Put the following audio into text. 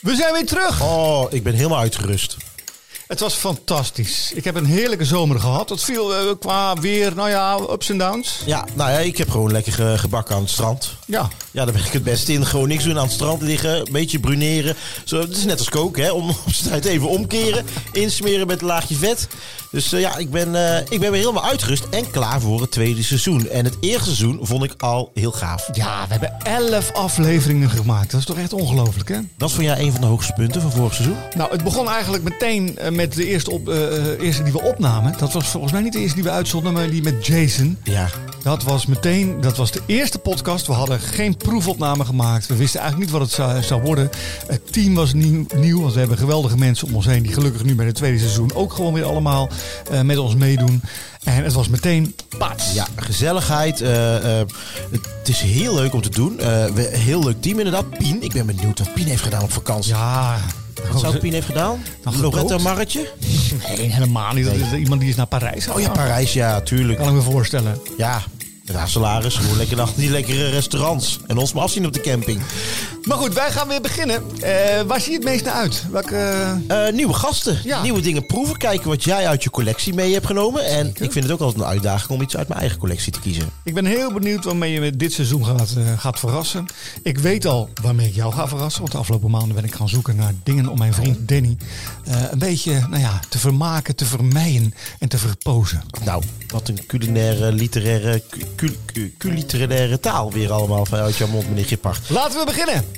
We zijn weer terug. Oh, ik ben helemaal uitgerust. Het was fantastisch. Ik heb een heerlijke zomer gehad. Het viel eh, qua weer, nou ja, ups en downs. Ja, nou ja, ik heb gewoon lekker ge- gebakken aan het strand. Ja. Ja, daar ben ik het beste in. Gewoon niks doen aan het strand liggen, een beetje bruneren. Zo, het is net als koken, hè? Om op zijn tijd even omkeren, insmeren met een laagje vet. Dus eh, ja, ik ben, eh, ik ben weer helemaal uitgerust en klaar voor het tweede seizoen. En het eerste seizoen vond ik al heel gaaf. Ja, we hebben elf afleveringen gemaakt. Dat is toch echt ongelooflijk, hè? Dat vond jij een van de hoogste punten van vorig seizoen? Nou, het begon eigenlijk meteen eh, met de eerste, op, eh, eh, eerste die we opnamen. Dat was volgens mij niet de eerste die we uitzonden, maar die met Jason. Ja. Dat was meteen, dat was de eerste podcast. We hadden geen proefopname gemaakt. We wisten eigenlijk niet wat het zou, zou worden. Het team was nieuw, nieuw, want we hebben geweldige mensen om ons heen. Die gelukkig nu bij het tweede seizoen ook gewoon weer allemaal eh, met ons meedoen. En het was meteen pats. Ja, gezelligheid. eh, eh, het is heel leuk om te doen. Eh, we, heel leuk team inderdaad. Pien, ik ben benieuwd wat Pien heeft gedaan op vakantie. Ja. Wat zou Pien heeft gedaan? Nou, Loretta gekookt. Marretje? Nee, helemaal niet. Dat is iemand die is naar Parijs Oh ja, Parijs, ja, tuurlijk. Kan ik me voorstellen. Ja, met haar salaris. Gewoon lekker naar die lekkere restaurants. En ons maar afzien op de camping. Maar goed, wij gaan weer beginnen. Eh, waar zie je het meest naar uit? Welke... eh, Eh, nieuwe gasten, Ja. nieuwe dingen proeven. Kijken wat jij uit je collectie mee hebt genomen. En ik vind het ook altijd een uitdaging om iets uit mijn eigen collectie te kiezen. Ik ben heel benieuwd waarmee je me dit seizoen gaat, eh, gaat verrassen. Ik weet al waarmee ik jou ga verrassen. Want de afgelopen maanden ben ik gaan zoeken naar dingen om mijn vriend Danny eh, een beetje nou ja, te vermaken, te vermijden en te verpozen. Nou, wat een culinaire, literaire, cu- cu- cu- culiteraire taal weer allemaal vanuit jouw mond, meneer Gippard. Laten we beginnen.